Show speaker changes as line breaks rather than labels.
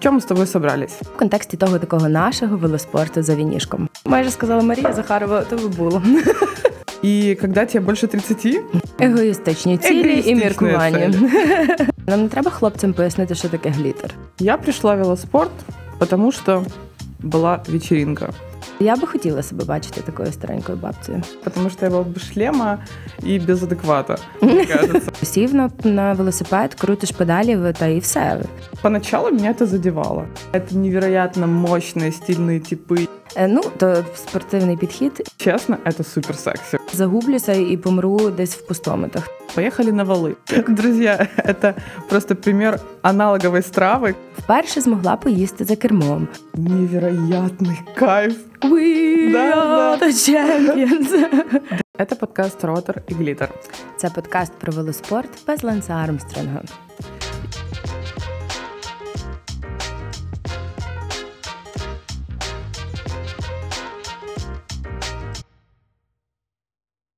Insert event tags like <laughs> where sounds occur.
чем мы с тобой собрались?
в контексті того такого нашого велоспорту за вінішком. Майже сказала Марія Захарова, то би було
И когда тебе больше 30,
егоїстичні цілі і
Егоїстичні
міркування.
цілі.
<laughs> Нам не треба хлопцям пояснити, що таке глітер.
я пришла в велоспорт, потому что была вечеринка.
Я би хотіла себе бачити такою старенькою бабцею.
Потому что я была без шлема и без адеквата, мне кажется.
Сів на, на велосипед, крутиш педалі та і все.
Поначалу меня это задевало. Это невероятно мощные стильные типы.
Е, Ну то спортивний підхід.
Честно, это супер секси.
Загублюся і помру десь в пустометах.
Поехали на валы. Друзья, это просто пример аналоговой стравы.
Вперше змогла поїсти за кермом.
Невероятный кайф.
We
Да,
are the champions. <laughs>
Это подкаст «Ротор и Глиттер».
Це подкаст про велоспорт без Ленса Армстронга.